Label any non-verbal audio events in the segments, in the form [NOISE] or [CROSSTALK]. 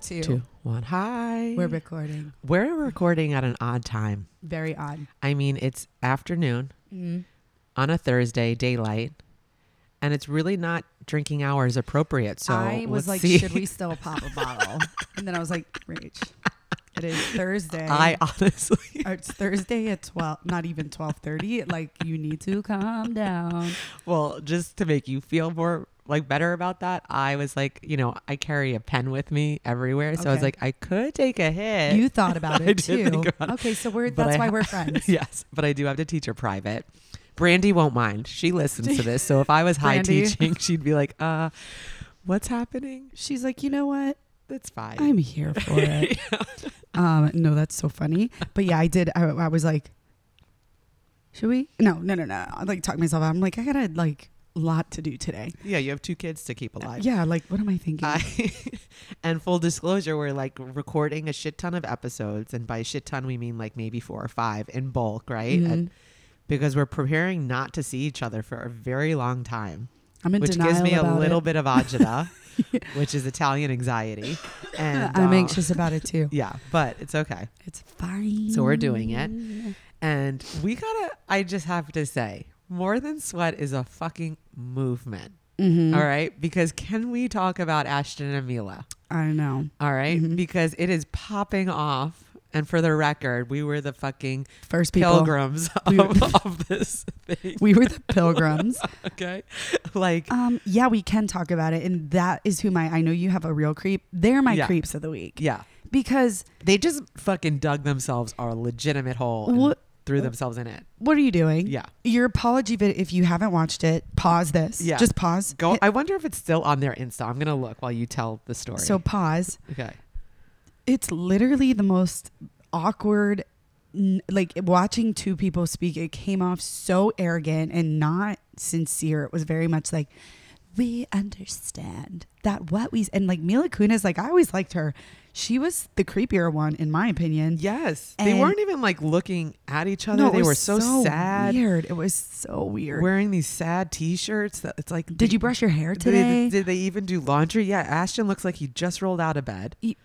Two. two, one. Hi. We're recording. We're recording at an odd time. Very odd. I mean, it's afternoon Mm. on a Thursday, daylight, and it's really not drinking hours appropriate. So I let's was like, see. should [LAUGHS] we still pop a bottle? and then I was like, Rach, it is Thursday. I honestly, [LAUGHS] Or it's Thursday at twelve, not even twelve thirty. Like you need to calm down. well, just to make you feel more like better about that, I was like, you know, I carry a pen with me everywhere, so I was Okay. like, I could take a hit. You thought about Eh, I it did too. think about it, okay, so we're but that's I why ha- [LAUGHS] we're friends. yes, but I do have to teach her private. Brandy won't mind. She listens to this. So if I was high Brandy. [LAUGHS] teaching, she'd be like, uh, what's happening? She's like, you know what? That's fine. [LAUGHS] I'm here for it. [LAUGHS] um, no, that's so funny. But yeah, I did. I, I was like, should we? No, no, no, no. I like talk myself out. I'm like, I got a like lot to do today. yeah, you have two kids to keep alive. Yeah, like what am I thinking? I, and full disclosure, we're like recording a shit ton of episodes. And by shit ton, we mean like maybe four or five in bulk, right? Mhm. And because we're preparing not to see each other for a very long time, I'm in which denial gives me a about little it. bit of [LAUGHS] agita, which is Italian anxiety. And I'm uh, anxious about [LAUGHS] it too. Yeah, but it's okay. It's fine. So we're doing it. And we gotta, I just have to say, More Than Sweat is a fucking movement. Mhm. all right? Because can we talk about Ashton and Mila? I know. All right? Mhm. Because it is popping off. And for the record, we were the fucking First people. pilgrims We were- of, [LAUGHS] of this thing. [LAUGHS] We were the [LAUGHS] pilgrims. Okay. Like, um, yeah, we can talk about it. And that is who my, I know you have a real creep. They're my Yeah. creeps of the week. yeah. Because They just fucking dug themselves a legitimate hole and what, threw themselves in it. what are you doing? Yeah. Your apology video, if you haven't watched it, pause this. Yeah. Just pause. Go. Hit- I wonder if it's still on their Insta. I'm going to look while you tell the story. so pause. okay. It's literally the most awkward. n- Like watching two people speak, it came off so arrogant and not sincere. It was very much like, we understand that what we and like Mila Kunis, like I always liked her. She was the creepier one in my opinion. Yes. they And- weren't even like looking at each other. it they was were so, sad. Weird. It was so weird. Wearing these sad t shirts. that It's like, Did you brush your hair Did they- today? Did, they even do laundry? Yeah, Ashton looks like he just rolled out of bed. He-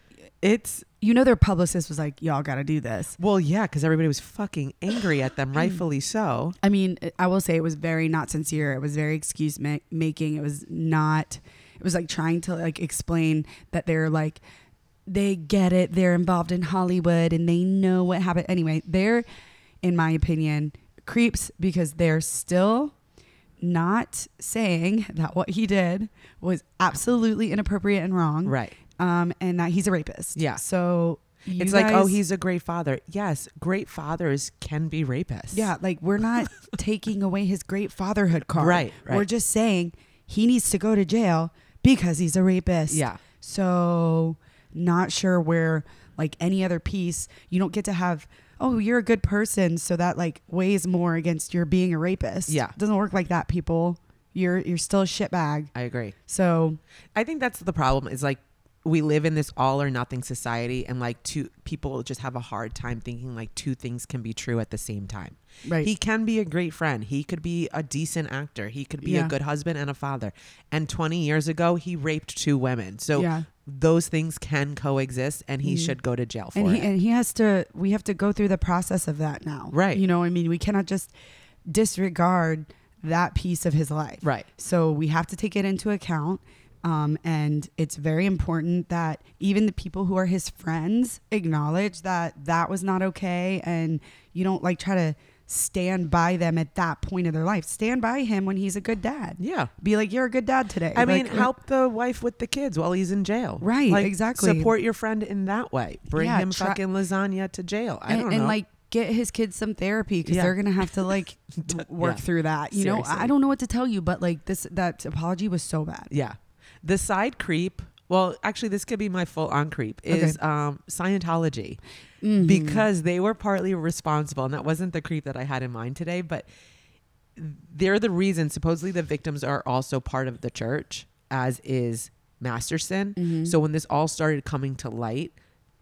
It's you know their publicist was like, "Y'all got to do this." well, yeah, because everybody was fucking angry at [CLEARS THROAT] them, rightfully so. I mean, I will say it was very not sincere. It was very excuse ma- making. It was not. It was like trying to like explain that they're like they get it. They're involved in Hollywood and they know what happened. Anyway, they're in my opinion creeps because they're still not saying that what he did was absolutely inappropriate and wrong. Right. Um, and that he's a rapist. Yeah. So you it's like, oh, guys- he's a great father. Yes, great fathers can be rapists. Yeah, like [LAUGHS] we're not taking away his great fatherhood card. Right, right. We're just saying he needs to go to jail because he's a rapist. Yeah. So not sure where like any other piece you don't get to have oh you're a good person so that like weighs more against your being a rapist. Yeah. Doesn't work like that people. You're you're still a shitbag. I agree. So I think that's the problem is like we live in this all or nothing society and like two people just have a hard time thinking like two things can be true at the same time. right. He can be a great friend. He could be a decent actor. He could be Yeah. a good husband and a father. And 20 years ago, he raped two women. So yeah. those things can coexist and he Mhm. should go to jail for and he it. and he has to we have to go through the process of that now Right. you know i mean we cannot just disregard that piece of his life right. so we have to take it into account um, and it's very important that even the people who are his friends acknowledge that that was not okay and you don't like try to stand by them at that point of their life stand by him when he's a good dad Yeah. be like you're a good dad today I Like, mean, help the wife with the kids while he's in jail. Right, Like, exactly. Support your friend in that way. Bring Yeah, him try- fucking lasagna to jail. I and, don't and, know. like get his kids some therapy because Yeah. they're gonna [LAUGHS] have to like w- work yeah. through that. You know, I- I Seriously. don't know what to tell you, but like this, that apology was so bad. yeah. The side creep. Well, actually, this could be my full on creep Okay. is um, Scientology. Mm-hmm. Mhm. because they were partly responsible and that wasn't the creep that i had in mind today but they're the reason supposedly the victims are also part of the church as is masterson Mhm. so when this all started coming to light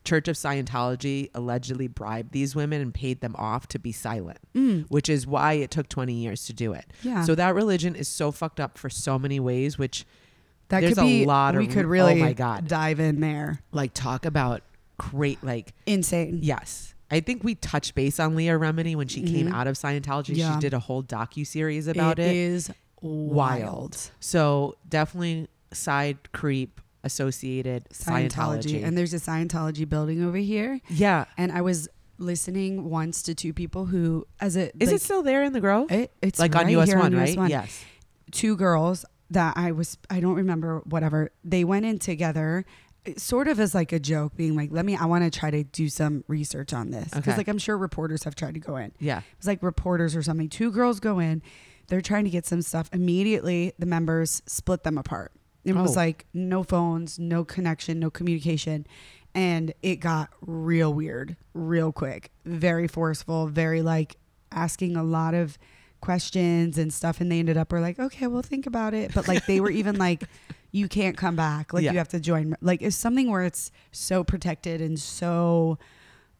church of scientology allegedly bribed these women and paid them off to be silent Mm, which is why it took 20 years to do it yeah, so that religion is so fucked up for so many ways which That There's could be a lot of we could oh really my God. dive in there. like talk about great like Insane. yes. I think we touched base on Leah Remini when she came Mhm. out of Scientology. Yeah. She did a whole docu series about it. is wild. So definitely side creep associated Scientology. Scientology. And there's a Scientology building over here. yeah, And I was listening once to two people who as a is like, it still there in the Grove? it, it's like on right US here One, on right? US One. Yes. two girls that I was I don't remember whatever they went in together it sort of as like a joke being like let me I want to try to do some research on this because Okay. like I'm sure reporters have tried to go in Yeah. it was like reporters or something two girls go in they're trying to get some stuff immediately the members split them apart it Oh. was like no phones no connection no communication and it got real weird real quick very forceful very like asking a lot of questions and stuff and they ended up were like okay we'll think about it but like they were [LAUGHS] even like you can't come back like Yeah. you have to join like it's something where it's so protected and so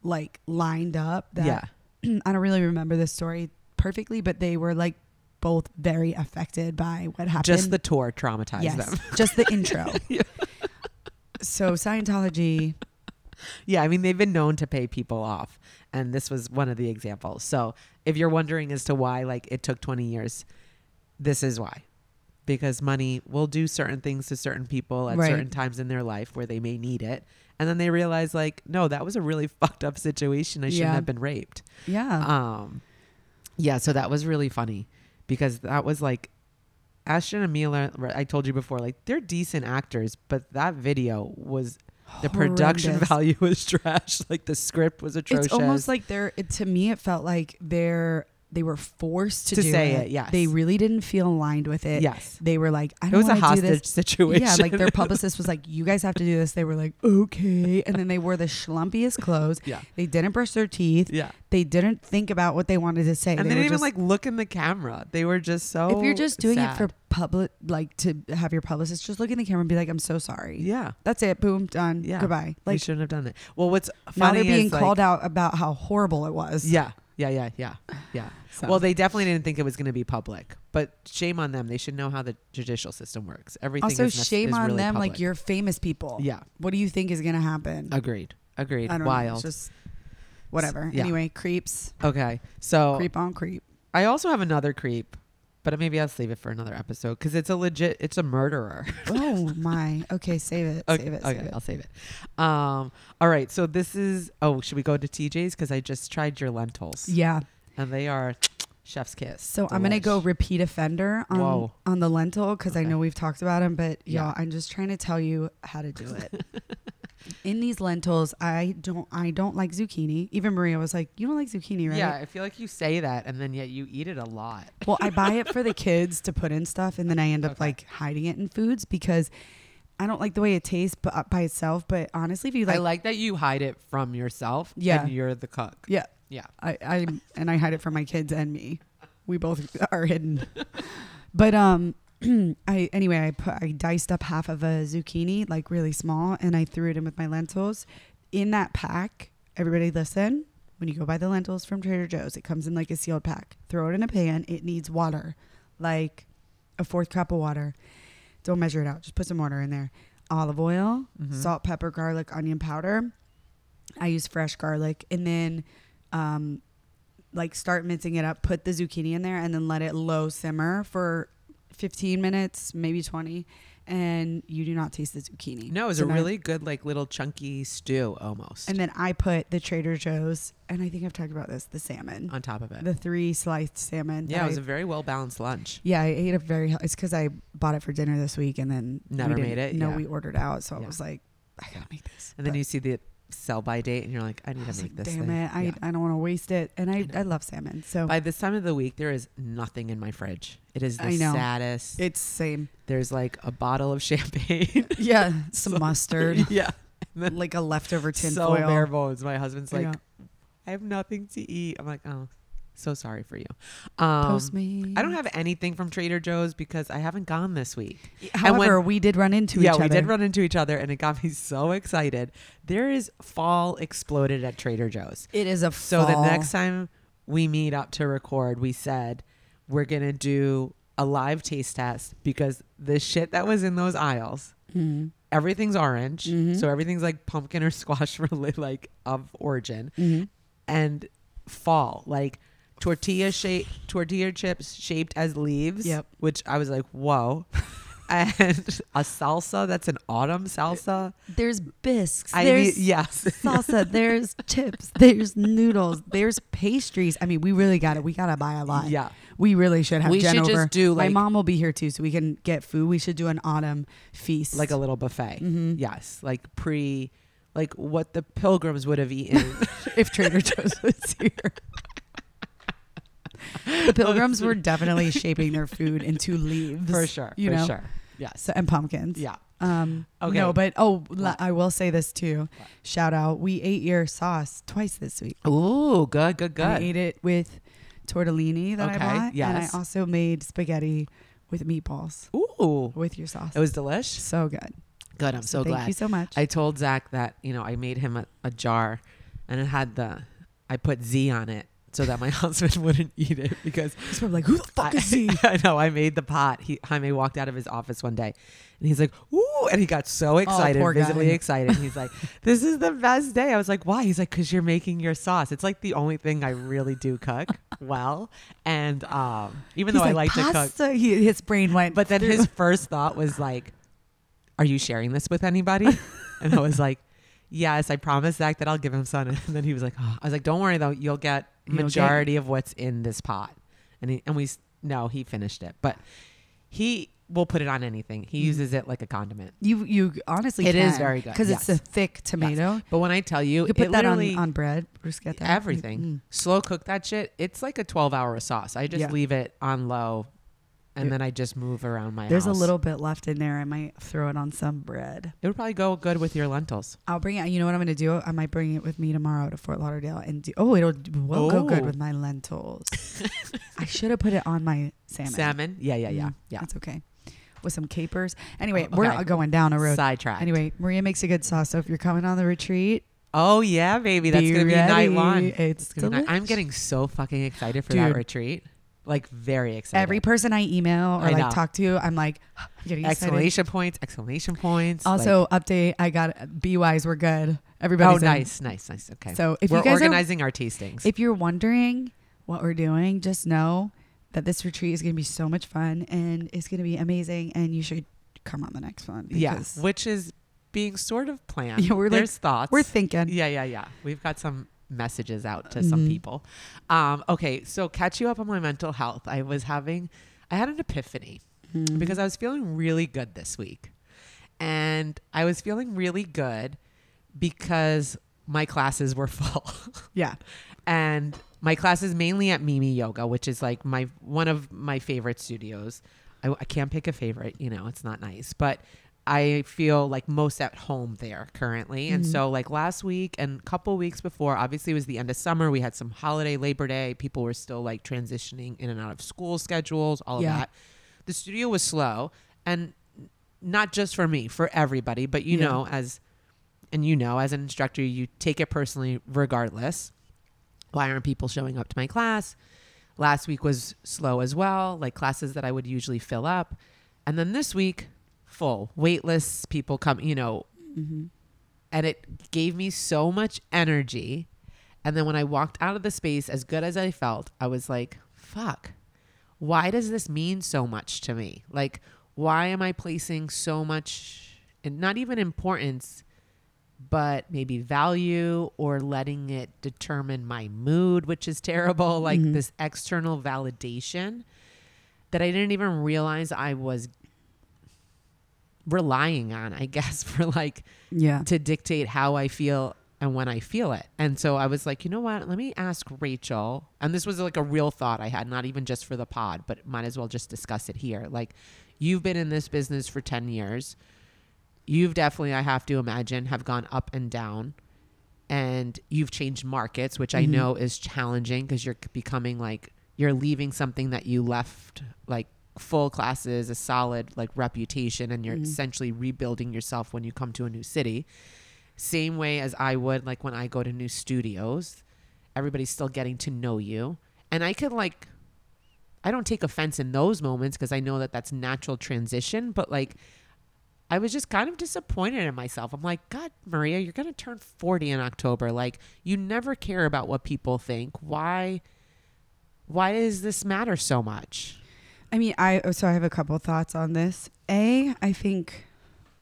like lined up that yeah. [CLEARS THROAT] I don't really remember this story perfectly, but they were like both very affected by what happened. Just the tour traumatized yes, them. [LAUGHS] just the intro. Yeah. So Scientology, Yeah, I mean they've been known to pay people off, and this was one of the examples. So if you're wondering as to why like it took 20 years, this is why. Because money will do certain things to certain people at Right. certain times in their life where they may need it. And then they realize like, no, that was a really [LAUGHS] fucked up situation. I shouldn't Yeah. Uh-huh. have been raped. yeah, Um Yeah, so that was really funny because that was like Ashton and Mila, I told you before, like they're decent actors, but that video was Uh, the production Horrendous. value [LAUGHS] was trash. Like the script was atrocious. It's almost like they're. It, to me, it felt like they're. They were forced to, To do say it. it, yes. They really didn't feel aligned with it. yes, They were like, I it don't was a want to do this. hostage situation. Yeah, like their publicist was like, "You guys have to do this." They were like, "Okay," and then they wore the schlumpiest clothes. Yeah. they didn't brush their teeth. [LAUGHS] [LAUGHS] yeah, They didn't think about what they wanted to say. and they, were didn't even just- like look in the camera. They were just so. if you're just doing sad. it for public, like to have your publicist just look in the camera and be like, "I'm so sorry." yeah, That's it. Boom. Done. Yeah. Goodbye. they Like shouldn't have done that. Well, what's now funny they're being is like, called out about how horrible it was. Yeah, yeah, yeah, yeah, yeah. So. Well, they definitely didn't think it was going to be public, but shame on them. They should know how the judicial system works. Everything also is nec- shame is on really them. Like public. you're famous people. Yeah, What do you think is gonna happen? agreed, agreed. I don't know. Wild. It's just whatever. yeah. Anyway, creeps. okay, so Creep on creep. I also have another creep, but maybe I'll save it for another episode because it's a legit. It's a murderer. [LAUGHS] oh my. Okay, save it. okay, Save it. okay, Save it. I'll save it. Um, all right, so this is. Oh, should we go to TJ's? Because I just tried your lentils, Yeah. and they are chef's kiss. So I'm gonna go Delish. repeat offender on Whoa. on the lentil because I Okay. know we've talked about them, but Yeah. y'all, I'm just trying to tell you how to [LAUGHS] do it. In these lentils, I don't I don't like zucchini. Even Maria was like, "You don't like zucchini, right?" Yeah, I feel like you say that, and then yet you eat it a lot. Well, I buy it for [LAUGHS] the kids to put in stuff, and then I end up Okay. like hiding it in foods because I don't like the way it tastes, but uh, by itself. But honestly, if you I like, like that you hide it from yourself. Yeah. and you're the cook. yeah, Yeah. I, I and I hide it from my kids and me. We both are hidden. But um [CLEARS THROAT] I anyway, I put I diced up half of a zucchini, like really small, and I threw it in with my lentils. In that pack, everybody listen, when you go buy the lentils from Trader Joe's, it comes in like a sealed pack. Throw it in a pan, it needs water. Like a fourth cup of water. Don't measure it out. Just put some water in there. Olive oil, Mhm. salt, pepper, garlic, onion powder. I use fresh garlic and then um like start mincing it up, put the zucchini in there and then let it low simmer for 15 minutes, maybe 20 and you do not taste the zucchini. No, it's So a now- really good, like little chunky stew almost And then I put the Trader Joe's and I think I've talked about this, the salmon. on top of it. The three sliced salmon. yeah, that it was I- a very well balanced lunch. Yeah, I ate a very. hel- It's because I bought it for dinner this week and then we Never didn't- made it, No, yeah. we ordered out, so I Yeah. was like, I Yeah. gotta make this. And then But you see the sell by date, and you're like, I need I to was make like, this. damn thing. it, I, Yeah. I don't want to waste it, and I, know. I, love salmon, so By this time of the week, there is nothing in my fridge. It is the I know. saddest. it's [LAUGHS] same. There's like a bottle of [LAUGHS] [LAUGHS] champagne. Yeah, some [LAUGHS] mustard, yeah. And then like a leftover tin so foil. bare bones. My husband's I like, know. I have nothing to eat. I'm like, oh, so sorry for you. Um, Post me. I don't have anything from Trader Joe's because I haven't gone this week. and when- However, we did run into yeah, each we other. did run into each other, and it got me [LAUGHS] so excited. There is fall exploded at Trader Joe's. It is a So the fall. next time we meet up to record, we said we're gonna do a live taste test because the shit that was in those aisles, Mhm. everything's orange, Mhm. so everything's like pumpkin or [LAUGHS] squash really like of origin Mhm. and fall like tortilla shape tortilla chips shaped as leaves. Yep. Which I was like, [LAUGHS] whoa. and a salsa that's an autumn salsa. There's bisques. I there's [LAUGHS] need- yes. salsa. There's chips. There's noodles. There's pastries. I mean, we really got it. We gotta buy a lot. Yeah. We really should have. We Jen should just over. do, like- My mom will be here too, so we can get food. We should do an autumn feast. Mm-hmm. Like a little buffet. Yes. Like pre like what the pilgrims would have eaten. [LAUGHS] if Trader Joe's was here. The pilgrims were definitely shaping their food into leaves for sure. You for know? sure. Yes. So, and pumpkins. Yeah. Um, Okay. No, but oh, la- What? I will say this too. Shout out. We ate your sauce twice this week. Ooh, good, good, good. I ate it with tortellini that Okay, I bought, and I yes. also made spaghetti with meatballs Ooh. with your sauce. It was delish. so good. Good. I'm so, thank glad. you so much. I told Zach that you know I made him a, a jar, and it had the I put Z on it so that my [LAUGHS] husband wouldn't eat it because He's probably like, who the fuck I, is [LAUGHS] he? I know I made the pot. He Jaime walked out of his office one day, and he's like, "Ooh!" and he got so excited, Oh, poor guy. visibly excited. He's [LAUGHS] like, "This is the best day." I was like, "Why?" He's like, "Cause you're making your sauce. It's like the only thing I really do [LAUGHS] cook well." And um, even He's though I like, like to cook, pasta. He, his brain went. but then through- [LAUGHS] his first thought was like, "Are you sharing this with anybody?" And I [LAUGHS] was like, "Yes, I promised Zach that I'll give him some." And then he was like, oh. "I was like, don't worry though, you'll get You'll get- majority of what's in this pot." And he, and we s- no, he finished it, but he will put it on anything. He Mm-hmm. uses it like a condiment. You you honestly It can, is very good, because it's a yes. thick tomato. But when I tell you, You could put it that on, literally- on bread, bruschetta, Mm. everything. Slow cook that shit. It's like a twelve hour sauce. I just Yeah. leave it on low, and Yeah. then I just move around my. There's a house. little bit left in there. I might throw it on some bread. It would probably go good with your lentils. I'll bring it. You know what I'm going to do? I might bring it with me tomorrow to Fort Lauderdale and do. Oh, it'll will go good Oh. with my [LAUGHS] lentils. I should have put it on my salmon. Salmon. Yeah, yeah, yeah. Mm, Yeah. That's okay. With some capers. Anyway, Oh, we're okay. going down a road. Sidetrack. Anyway, Maria makes a good sauce. So if you're coming on the retreat, Oh yeah, baby. That's be gonna be ready. night one. It's It's gonna be night- I'm delish. getting so fucking excited for that Dude. retreat. Like very excited. every person I email or I like know. talk to, I'm like getting excited. exclamation points, exclamation points. Also, like- update: I got be wise. We're good. Everybody. oh nice, nice, nice. Okay. So if we're you guys are, organizing our tastings. if you're wondering what we're doing, just know that this retreat is going to be so much fun and it's going to be amazing, and you should come on the next one. yeah. because Which is being sort of planned. Yeah, we're, like, There's thoughts. we're thinking. yeah, yeah, yeah. We've got some messages out to some Mhm. people. Um, okay, so catch you up on my mental health. I was having I had an epiphany. Mhm. because I was feeling really good this week. And I was feeling really good because my classes were [LAUGHS] full. yeah, and my classes mainly at Mimi Yoga, which is like my one of my favorite studios. I, I can't pick a favorite, you know, it's not nice, but I feel like most at home there currently. And so like last week and couple weeks before, obviously it was the end of summer. We had some holiday Labor Day. People were still like transitioning in and out of school schedules, all Yeah. of that. The studio was slow and not just for me, for everybody, but you Yeah. know, as and you know, as an instructor, you take it personally regardless. Why aren't people showing up to my class? Last week was slow as well, like classes that I would usually fill up. And then this week, full waitlist, people come, you know, and it gave me so much energy. And then when I walked out of the space, as good as I felt, I was like, fuck, why does this mean so much to me? Like, why am I placing so much, and not even importance, but maybe value or letting it determine my mood, which is terrible, [LAUGHS] like this external validation that I didn't even realize I was relying on, I guess, [LAUGHS] for like yeah. to dictate how I feel and when I feel it. And so I was like, you know what? Let me ask Rachel. And this was like a real thought I had, not even just for the pod, but might as well just discuss it here. Like, you've been in this business for 10 years. You've definitely, I have to imagine, have gone up and down. And you've changed markets, which I know is challenging because you're becoming like, you're leaving something that you left like full classes, a solid like reputation, and you're essentially rebuilding yourself when you come to a new city same way as I would like when I go to new studios. Everybody's still getting to know you. And I could like I I don't take offense in those moments because I know that that's natural transition. But like, I was just kind of disappointed in myself. I'm like, God, Maria, you're going to turn 40 in October. Like, you never care about what people think. Why? Why does this matter so much? I mean, I so I have a couple thoughts on this. A, I think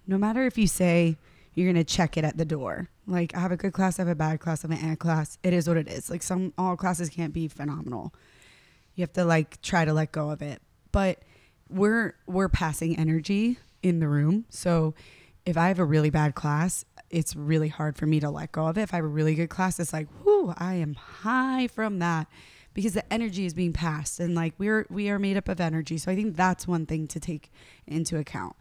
no matter if you say you're gonna check it at the door, like I have a good class, I have a bad class, I have an A class. It is what it is. Like some all classes can't be phenomenal. You have to like try to let go of it. But we're we're passing energy in the room, so if I have a really bad class, it's really hard for me to let go of it. If I have a really good class, it's like, whoo, I am high from that because the energy is being passed and like we're we are made up of energy. So I think that's one thing to take into account.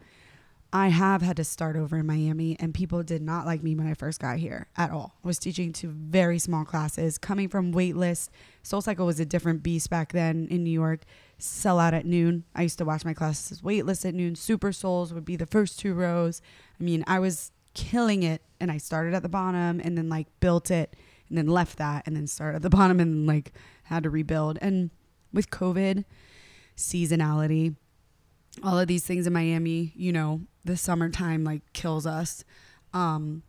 I have had to start over in Miami and people did not like me when I first got here at all. I was teaching to very small classes, coming from waitlist. Soul Cycle was a different beast back then in New York. Sell out at noon. I used to watch my classes waitlist at noon. Super Souls would be the first two rows. I mean, I was killing it and I started at the bottom and then like built it and then left that and then started at the [LAUGHS] bottom and like had to rebuild. And with COVID, seasonality, all of these things in Miami, you know, the summertime like kills us. Um,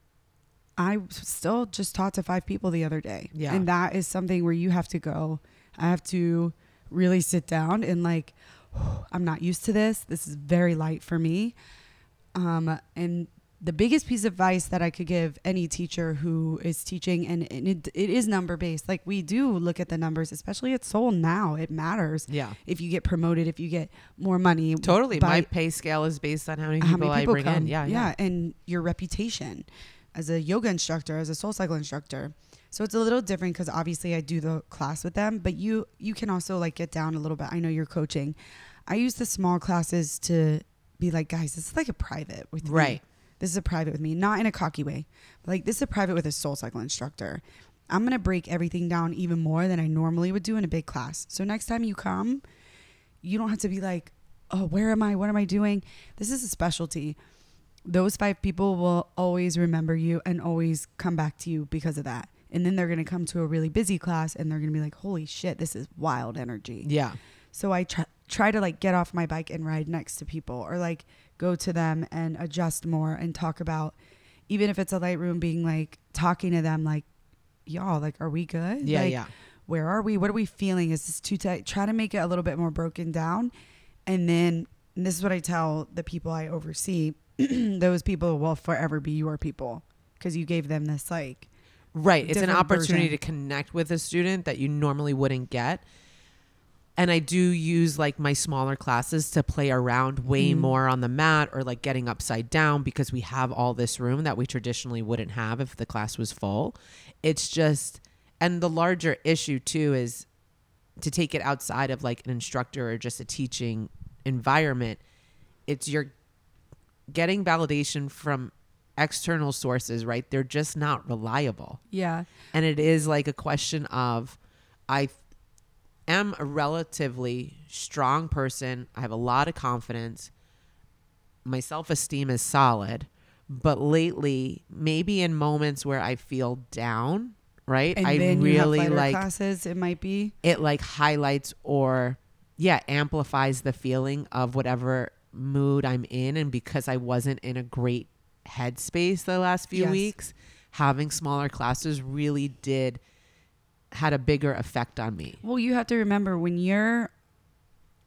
I still just taught to five people the other day. Yeah. And that is something where you have to go. I have to really sit down and like, I'm not used to this. This is very light for me. Um, and the biggest piece of advice that I could give any teacher who is teaching, and, and it, it is number based. Like we do look at the numbers, especially at Seoul now. It matters Yeah. if you get promoted, if you get more money. Totally. by My pay scale is based on how many people, I bring in. Yeah, yeah. and your reputation as a yoga instructor, as a soul cycle instructor. So it's a little different because obviously I do the class with them, but you you can also like get down a little bit. I know you're coaching. I use the small classes to be like, guys, this is like a private with me. Right. This is a private with me, not in a cocky way. But like this is a private with a soul cycle instructor. I'm gonna break everything down even more than I normally would do in a big class. So next time you come, you don't have to be like, oh, where am I? What am I doing? This is a specialty. Those five people will always remember you and always come back to you because of that. And then they're gonna come to a really busy class and they're gonna be like, holy shit, this is wild energy. Yeah. So I try, try to like get off my bike and ride next to people or like go to them and adjust more and talk about even if it's a light room being like talking to them like y'all like are we good? Yeah. Like, yeah. Where are we? What are we feeling? Is this too tight? Try to make it a little bit more broken down and then and this is what I tell the people I oversee, [CLEARS THROAT] those people will forever be your people because you gave them this like Right. It's an different opportunity version. to connect with a student that you normally wouldn't get. And I do use like my smaller classes to play around way Mhm. more on the mat or like getting upside down because we have all this room that we traditionally wouldn't have if the class was full. It's just, and the larger issue too is to take it outside of like an instructor or just a teaching environment. It's your getting validation from external sources, right? They're just not reliable yeah. and it is like a question of i am a relatively strong person i have a lot of confidence my self-esteem is solid but lately maybe in moments where i feel down right And i then you have really lighter like classes, it might be. it like highlights or yeah amplifies the feeling of whatever mood i'm in and because i wasn't in a great headspace the last few Yes. weeks having smaller classes really did had a bigger effect on me Well, you have to remember when you're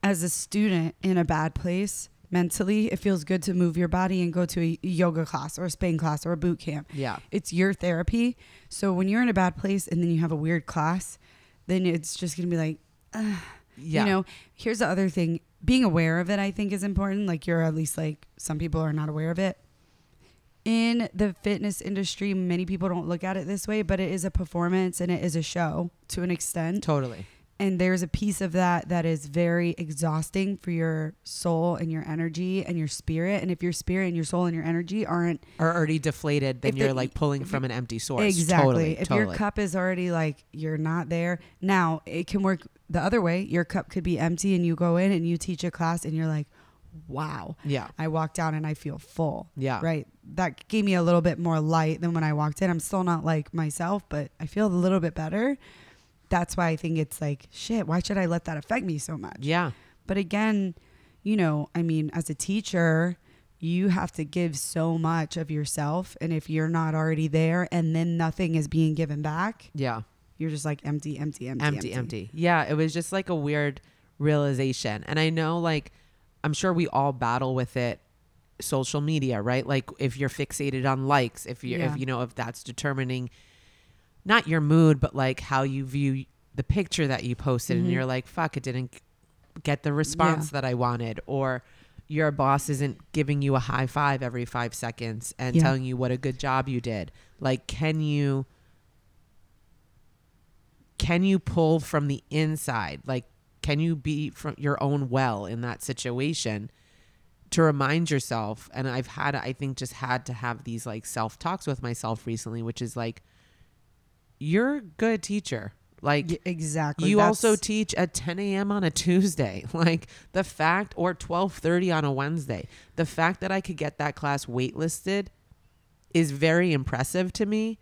as a student in a bad place mentally, it feels good to move your body and go to a yoga class or a spin class or a boot camp. yeah It's your therapy. So when you're in a bad place and then you have a weird class, then it's just going to be like, yeah you know, here's the other thing being aware of it, I think, is important. Like, you're at least like some people are not aware of it. In the fitness industry, many people don't look at it this way, but it is a performance and it is a show to an extent totally and there's a piece of that that is very exhausting for your soul and your energy and your spirit and if your spirit and your soul and your energy aren't or already deflated then If you're the- like pulling from an empty source exactly totally, if totally. your cup is already like you're not there now it can work the other way your cup could be empty and you go in and you teach a class and you're like wow yeah i walked out and i feel full yeah right that gave me a little bit more light than when i walked in i'm still not like myself but i feel a little bit better that's why I think it's like, shit, why should I let that affect me so much? Yeah. But again, you know, I mean, as a teacher, you have to give so much of yourself. And if you're not already there and then nothing is being given back, Yeah. you're just like empty, empty, empty, empty, empty. Yeah, it was just like a weird realization. And I know, like, I'm sure we all battle with it social media, right? Like, if you're fixated on likes, if you, Yeah. if you know, if that's determining not your mood, but like how you view the picture that you posted, Mhm. and you're like, fuck, it didn't g- get the response that I wanted, or your boss isn't giving you a high five every five seconds and Yeah. telling you what a good job you did. Like, can you? can you pull from the inside like can you be from your own well in that situation to remind yourself and i've had i think just had to have these like self talks with myself recently which is like you're a good teacher like Y- exactly. you also That's- teach at 10 a.m. on a Tuesday, [LAUGHS] like the fact, or 12:30 on a Wednesday. The fact that I could get that class waitlisted is very impressive to me.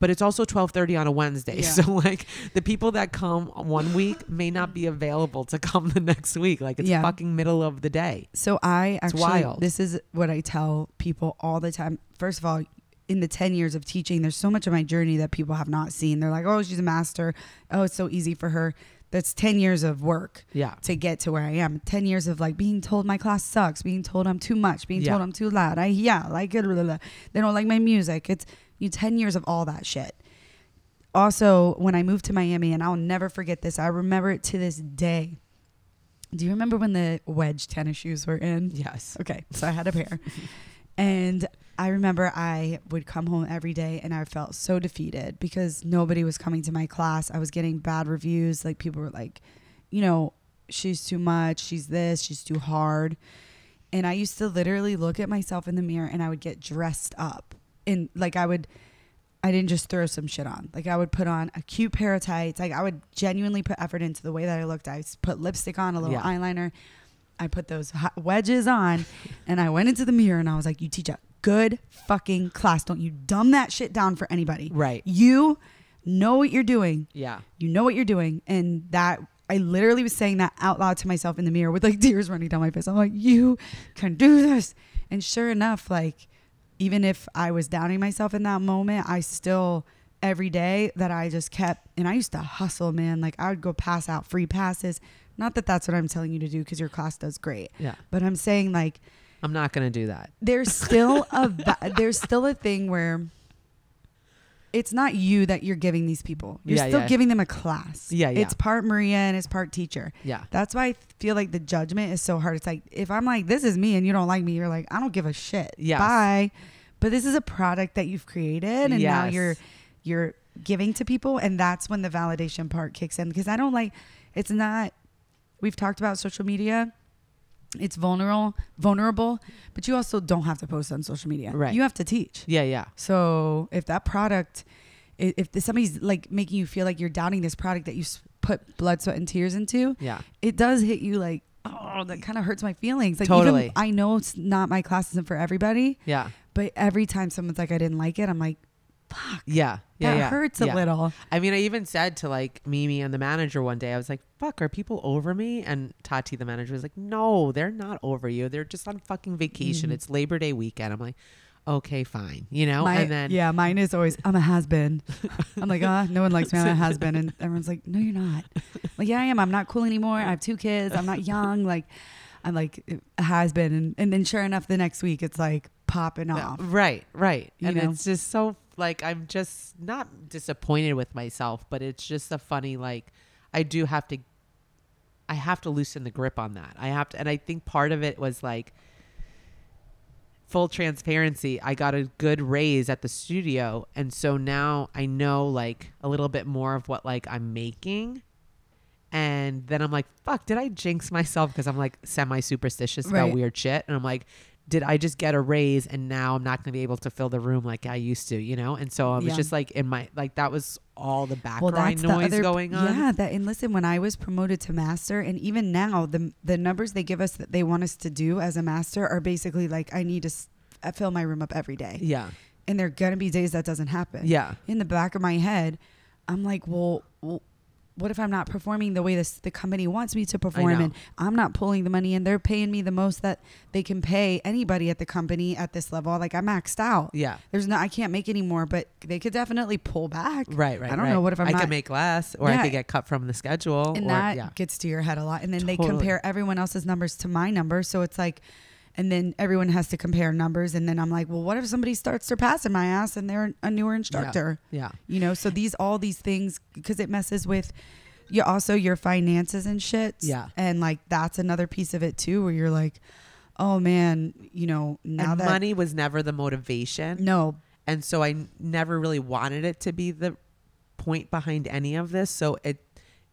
But it's also 12:30 on a Wednesday, [LAUGHS] Yeah. so like the people that come one week may not be available to come the next week. Like it's Yeah. fucking middle of the day. So I actually, wild. this is what I tell people all the time. First of all, in the 10 years of teaching, there's so much of my journey that people have not seen. They're like, oh, she's a master. Oh, it's so easy for her. That's 10 years of work Yeah, to get to where I am. 10 years of like being told my class sucks, being told I'm too much, being Yeah. told I'm too loud. I, yeah, like, blah, blah, blah. they don't like my music. It's you 10 years of all that shit. Also, when I moved to Miami, and I'll never forget this, I remember it to this day. Do you remember when the wedge tennis shoes were in? yes, Okay, so I had a pair. and I remember I would come home every day and I felt so defeated because nobody was coming to my class. I was getting bad reviews. Like people were like, you know, she's too much, she's this, she's too hard. And I used to literally look at myself in the mirror and I would get dressed up. And like I would I didn't just throw some shit on. Like I would put on a cute pair of tights. Like I would genuinely put effort into the way that I looked. I s- put lipstick on, a little Yeah. eyeliner. I put those hot wedges on and I went into the mirror and I was like, "You teach a good fucking class. Don't you dumb that shit down for anybody. right, You know what you're doing. yeah, You know what you're doing." And that I literally was saying that out loud to myself in the mirror with like [LAUGHS] tears running down my face. I'm like, "You can do this." And sure enough, like even if I was doubting myself in that moment, I still every day that I just kept and I used to hustle, man. Like I would go pass out free passes. Not that that's what I'm telling you to do cuz your class does great. yeah. But I'm saying like I'm not gonna do that. there's still a va- there's still a thing where it's not you that you're giving these people. You're Yeah, still yeah. giving them a class. Yeah, yeah. It's part Maria and it's part teacher. Yeah, That's why I feel like the judgment is so hard. It's like if I'm like this is me and you don't like me, you're like I don't give a shit. Yes. Bye. But this is a product that you've created and now Yes. you're you're giving to people and that's when the validation part kicks in because I don't like it's not we've talked about social media. It's vulnerable vulnerable, but you also don't have to post on social media. Right. You have to teach. yeah, yeah, So if that product, i- if somebody's like making you feel like you're doubting this product that you s- put blood, sweat, and tears into, yeah. it does hit you like, oh, that kind of hurts my feelings. Like, Totally. Even, I know it's not my class isn't for everybody, Yeah, but every time someone's like, I didn't like it, I'm like, fuck, yeah, yeah. that yeah. hurts a yeah. little. I mean, I even said to like Mimi and the manager one day, I was like, fuck, are people over me? And Tati, the manager, was like, no, they're not over you. They're just on fucking vacation. Mhm. It's Labor Day weekend. I'm like, okay, fine. You know? My- Oh, and then, yeah, mine is always, I'm a [LAUGHS] has been. I'm like, ah, no one likes me. I'm a has been. And everyone's like, no, you're [LAUGHS] not. Like, yeah, I am. I'm not cool anymore. I have two kids. I'm not young. Like, I'm like, has been. And, and then sure enough, the next week, it's like popping Uh, off. right, right. You and know? it's just so, like, I'm just not disappointed with myself, but it's just a funny, like, I do have to, I have to loosen the grip on that. I have to, and I think part of it was like, full transparency, I got a good raise at the studio. And so now I know like a little bit more of what like I'm making. And then I'm like, fuck, did I jinx myself? Because I'm like semi superstitious Right. about weird shit. And I'm like, did I just get a raise and now I'm not going to be able to fill the room like I used to, you know? And so I was Yeah. just like in my, like that was all the back Well, grind that's the noise other, going on. Yeah, that and listen, when I was promoted to master, and even now, the the numbers they give us that they want us to do as a master are basically like, I need to s- I fill my room up every day, Yeah. and there are gonna be days that doesn't happen. Yeah. in the back of my head, I'm like, well, w- what if I'm not performing the way this the company wants me to perform know. and I'm not pulling the money and they're paying me the most that they can pay anybody at the company at this level like I maxed out. Yeah. There's no I can't make any more but they could definitely pull back. Right, right. I don't right. know what if I'm I not could make less or I Yeah. could get cut from the schedule. and Oh, or, that yeah. gets to your head a lot and then they Totally. compare everyone else's numbers to my numbers so it's like and then everyone has to compare numbers and then i'm like well what if somebody starts surpassing my ass and they're a newer instructor Yeah. you know so these all these things because it messes with you also your finances and shit Yeah. and like that's another piece of it too where you're like oh man you know now and that money was never the motivation. no And so I n- never really wanted it to be the point behind any of this. So it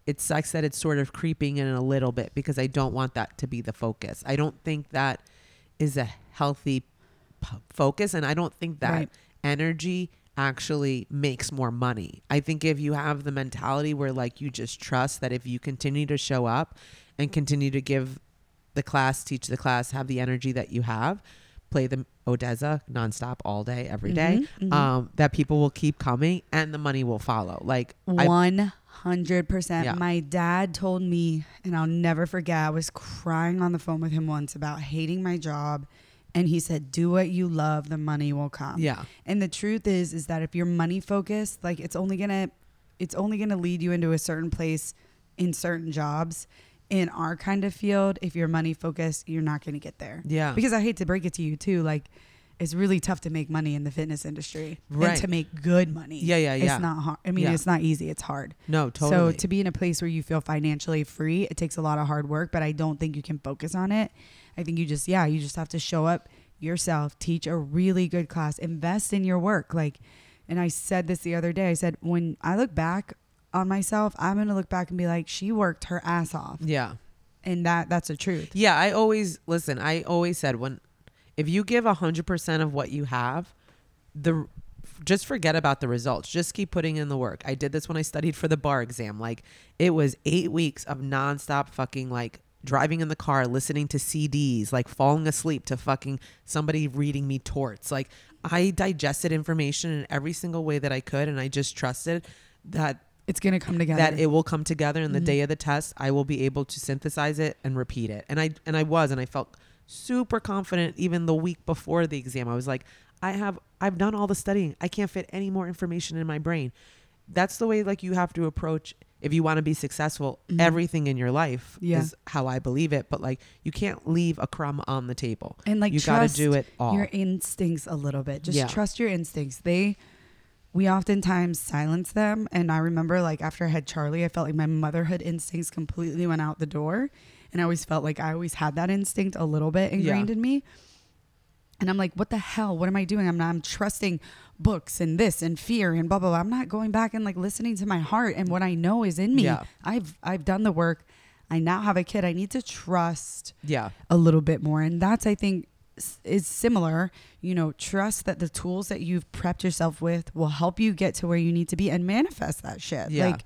it sucks that it's sort of creeping in a little bit because I don't want that to be the focus. I don't think that is a healthy p- focus and I don't think that Right. energy actually makes more money. I think if you have the mentality where like you just trust that if you continue to show up and continue to give the class, teach the class, have the energy that you have, play the Odessa nonstop all day, every day, Mhm, mhm. um, that people will keep coming and the money will follow. Like I, One hundred Yeah. percent. My dad told me, and I'll never forget. I was crying on the phone with him once about hating my job, and he said, "Do what you love. The money will come." yeah, And the truth is, is that if you're money focused, like it's only gonna, it's only gonna lead you into a certain place in certain jobs. In our kind of field, if you're money focused, you're not gonna get there. yeah, Because I hate to break it to you too, like. It's really tough to make money in the fitness industry Right. and to make good money. yeah, yeah, yeah. It's not hard. I mean, Yeah. it's not easy. It's hard. no, totally. So to be in a place where you feel financially free, it takes a lot of hard work, but I don't think you can focus on it. I think you just, yeah, you just have to show up yourself, teach a really good class, invest in your work. Like, and I said this the other day. I said, when I look back on myself, I'm going to look back and be like, she worked her ass off. yeah, And that that's the truth. yeah. I always listen. I always said when if you give a hundred percent of what you have, the just forget about the results. Just keep putting in the work. I did this when I studied for the bar exam. Like it was eight weeks of nonstop fucking like driving in the car, listening to CDs, like falling asleep to fucking somebody reading me torts. Like I digested information in every single way that I could, and I just trusted that It's going to come together. that it will come together Mm-hmm. and the day of the test i will be able to synthesize it and repeat it and i and i was and i felt super confident even the week before the exam i was like i have i've done all the studying i can't fit any more information in my brain that's the way like you have to approach if you want to be successful Mhm. everything in your life Yeah. is how i believe it but like you can't leave a crumb on the table and like you got to trust do it all your instincts a little bit. Just Yeah. trust your instincts. They, we oftentimes silence them. And I remember, like, after I had Charlie, I felt like my motherhood instincts completely went out the door. And I always felt like I always had that instinct a little bit ingrained in me. And I'm like, what the hell? What am I doing? I'm not, I'm trusting books and this and fear and blah, blah, blah. I'm not going back and like listening to my heart and what I know is in me. Yeah. I've, I've done the work. I now have a kid. I need to trust yeah a little bit more and that's i think s- is similar you know trust that the tools that you've prepped yourself with will help you get to where you need to be and manifest that shit Yeah. like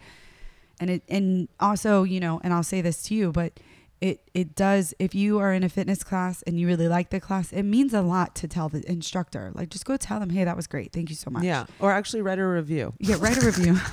and it and also you know and i'll say this to you but it it does if you are in a fitness class and you really like the class it means a lot to tell the instructor like just go tell them hey that was great thank you so much yeah or actually read a review yeah write a review [LAUGHS]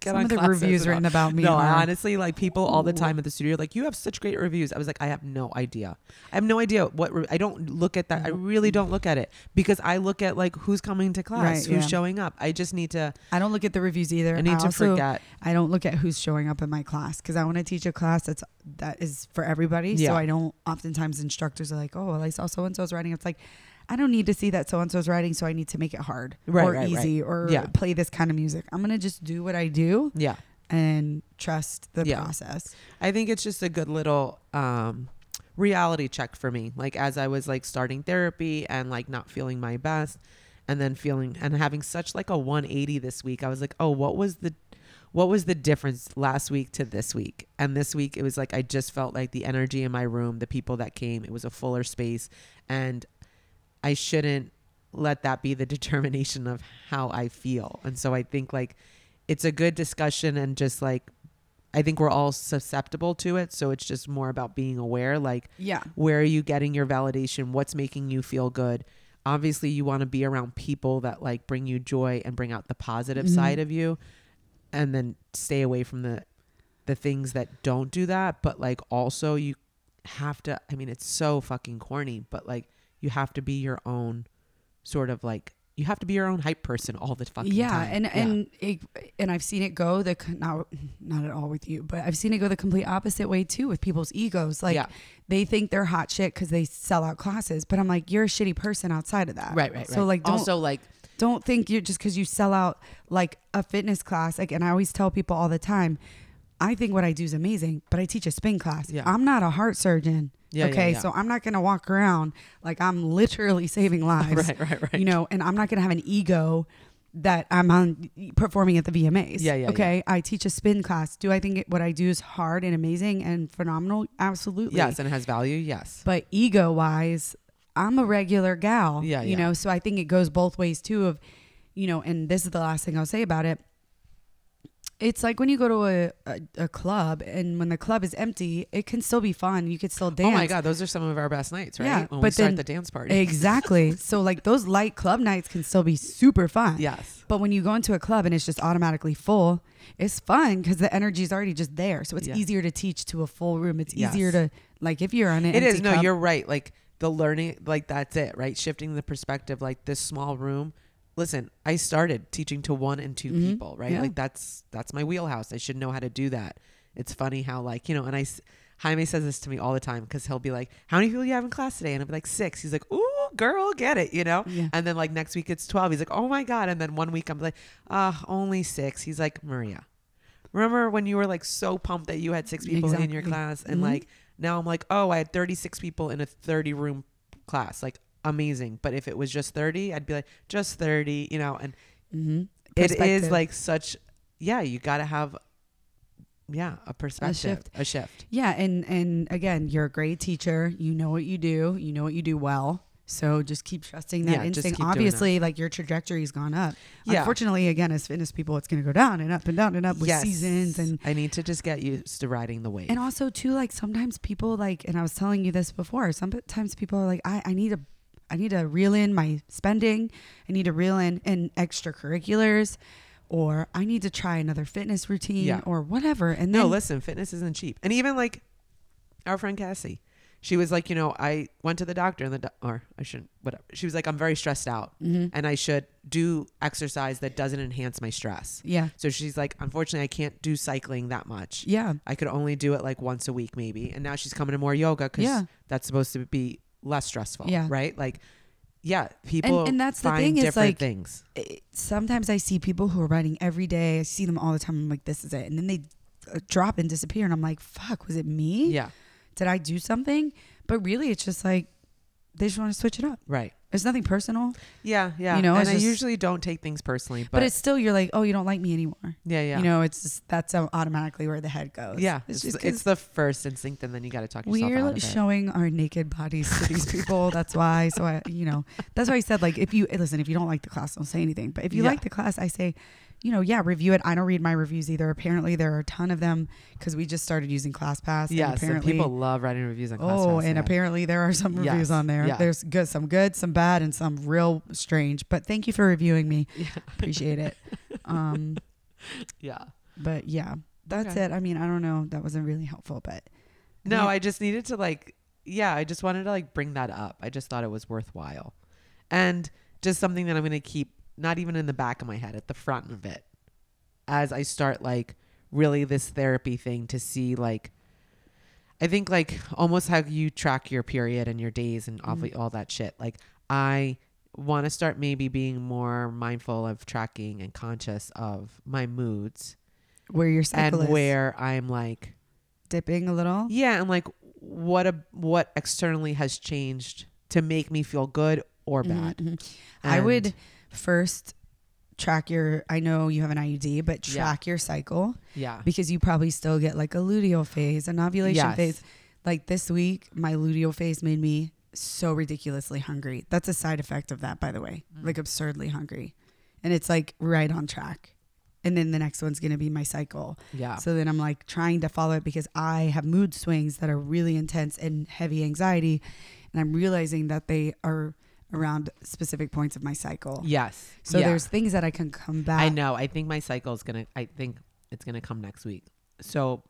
Get some on of the classes reviews and all. written about me no, are, I honestly, like people all the Ooh. time at the studio, are like you have such great reviews. I was like, I have no idea. I have no idea what. Re- I don't look at that. I really don't look at it because I look at like who's coming to class, Right, who's yeah. showing up. I just need to. i don't look at the reviews either I need to also- forget. I don't look at who's showing up in my class because I want to teach a class that's that is for everybody. Yeah. So I don't. Oftentimes, instructors are like, "Oh, well, I saw so and so's writing." It's like, I don't need to see that so and so's writing, so I need to make it hard Right, or right, easy or Yeah. play this kind of music. I'm gonna just do what I do Yeah, and trust the Yeah. process. I think it's just a good little um, reality check for me. Like as I was like starting therapy and like not feeling my best, and then feeling and having such like a 180 this week. I was like, oh, what was the what was the difference last week to this week? And this week it was like I just felt like the energy in my room, the people that came, it was a fuller space, and I shouldn't let that be the [LAUGHS] determination of how I feel. And so I think like it's a good discussion and just like I think we're all susceptible to it, so it's just more about being aware like Yeah, where are you getting your validation? What's making you feel good? Obviously, you want to be around people that like bring you joy and bring out the positive Mhm. side of you. and then stay away from the the things that don't do that but like also you have to i mean it's so fucking corny but like you have to be your own sort of like you have to be your own hype person all the fucking yeah, time and and it, and I've seen it go the c- not not at all with you, but I've seen it go the complete opposite way too with people's egos. Like Yeah. they think they're hot shit because they sell out classes, but I'm like, you're a shitty person outside of that. right right So right. like, don't, also like don't think you just because you sell out like a fitness class. Like, and I always tell people all the time, I think what I do is amazing, but I teach a spin class. Yeah. I'm not a heart surgeon. Yeah, yeah, okay, yeah. so I'm not gonna walk around like I'm literally [LAUGHS] saving lives right right right you know, and I'm not going to have an ego that I'm on performing at the VMAs. Yeah, yeah, Okay. I teach a spin class. Do I think it, what I do is hard and amazing and phenomenal? Absolutely. yes and it has value yes But ego wise, I'm a regular gal. Yeah, You yeah. know, so I think it goes both ways too. Of, you know, and this is the last thing I'll say about it. It's like when you go to a, a, a club and when the club is empty, it can still be fun. You could still dance. oh my god [LAUGHS] those are some of our best nights right Yeah, when we but start then- the dance party Exactly. so like those light club nights can still be super fun. yes But when you go into a club and it's just automatically full, it's fun because the energy's already just there. So it's Yeah. easier to teach to a full room. It's Yes. easier to like if you're on an it is empty no cup- you're right like the learning like that's it right shifting the perspective like this small room listen i started teaching to one and 2 Mhm. people right Yeah. like that's that's my wheelhouse i should know how to do that it's funny how like you know and i s- jaime says this to me all the time because he'll be like how many people you have in class today and i'll be like six he's like ooh girl get it you know Yeah. and then like next week it's 12 he's like oh my god and then one week i'm like ah only six he's like maria remember when you were like so pumped that you had six people in your Exactly. class and Mhm. like now i'm like oh i had 36 people in a 30 room class like amazing but if it was just 30 i'd be like just 30 you know and Mhm. it is Perspective. like such yeah you gotta have yeah a perspective shift. a shift yeah, and and again, you're a great teacher. You know what you do. You know what you do well. So just keep trusting that Yeah, just keep instinct. doing that. Obviously, like your trajectory's gone up. Yeah. Unfortunately, again, as fitness people, it's going to go down and up and down and up with seasons and i need to just get used to riding the wave And also too, like sometimes people like, and I was telling you this before. Sometimes people are like, I, I need to, I need to reel in my spending. I need to reel in in extracurriculars, or I need to try another fitness routine Yeah. or whatever. And then No, listen, fitness isn't cheap. And even like our friend Cassie, she was like, you know, I went to the doctor and the doc- or I shouldn't whatever. She was like, I'm very stressed out Mhm. and I should do exercise that doesn't enhance my stress. yeah, So she's like, unfortunately, I can't do cycling that much. yeah, I could only do it like once a week maybe. And now she's coming to more yoga because Yeah. that's supposed to be less stressful. Yeah. Right. Like, yeah, people and that's the find thing is, different like, things. it- sometimes I see people who are writing every day. I see them all the time. I'm like, this is it. And then they uh, drop and disappear, and I'm like, fuck, was it me? Yeah. Did I do something? But really, it's just like they just want to switch it up. Right. It's nothing personal, Yeah. Yeah. You know, and it's I just- usually don't take things personally, but, but it's still you're like, oh, you don't like me anymore. yeah, yeah. You know, it's just, that's how automatically where the head goes. Yeah, it's it's, just it's the first instinct, and then you got to talk 'cause yourself we're out like, of it. showing our naked bodies to [LAUGHS] these people. That's why. So I, you know, that's why I said like, if you eh, listen, if you don't like the class, don't say anything. But if you Yeah. like the class, I say, you know, yeah, review it. I don't read my reviews either. Apparently, there are a ton of them because we just started using ClassPass. and Yes, and apparently, people love writing reviews on class. Oh, Pass, and yeah. apparently there are some reviews Yes, on there. yeah. There's good, some good, some bad, and some real strange. But thank you for reviewing me. Appreciate it. Um, [LAUGHS] yeah. But yeah, that's Okay. it. I mean, I don't know. That wasn't really helpful, but No, Yeah. I just needed to like, yeah, I just wanted to like bring that up. I just thought it was worthwhile, and just something that I'm gonna keep not even in the back of my head, at the front of it, as I start like really this therapy thing to see like. I think like almost how you track your period and your days and all, all that shit. Like I want to start maybe being more mindful of tracking and conscious of my moods where your cycle and is where I'm like dipping a little. yeah, and like what a what externally has changed to make me feel good or bad. Mhm, mhm. I would And- first track your. I know you have an IUD, but Yeah. Uh-huh. track your cycle Yeah. because you probably still get like a luteal phase, an ovulation Yes. phase. Like this week, my luteal phase made me so ridiculously hungry. That's a side effect of that, by the way. Mm. Like absurdly hungry, and it's like right on track. And then the next one's gonna be my cycle. Yeah. So then I'm like trying to follow it because I have mood swings that are really intense and heavy anxiety. And I'm realizing that they are around specific points of my cycle. yes. So Yeah. there's things that I can combat. I know. I think my cycle is gonna I think It's going to come next week. So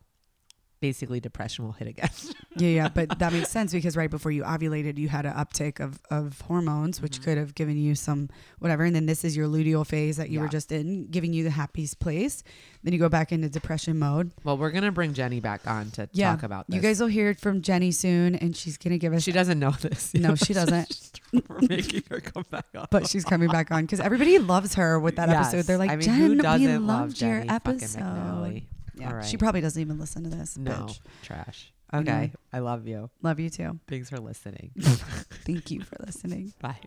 basically, depression will hit again. [LAUGHS] Yeah, yeah, but that makes sense because right before you ovulated, you had an uptick of, of hormones, which Mm-hmm. could have given you some whatever. And then this is your luteal phase that you were Yeah. just in, giving you the happiest place. Then you go back into depression mode. well, we're going to bring Jenny back on to Yeah, talk about this. You guys will hear it from Jenny soon, and she's gonna give us. she doesn't know this. [LAUGHS] no, she doesn't. We're making her come back on. But she's coming back on because everybody loves her with that Yes. episode. They're like, I mean, who Jen, we doesn't love loved your Jenny fucking episode. McNally? Yeah, All she right. probably doesn't even listen to this. No. Bitch. Trash. You Okay. know. I love you. Love you too. [LAUGHS] Thanks for listening. Thank you for listening. Bye.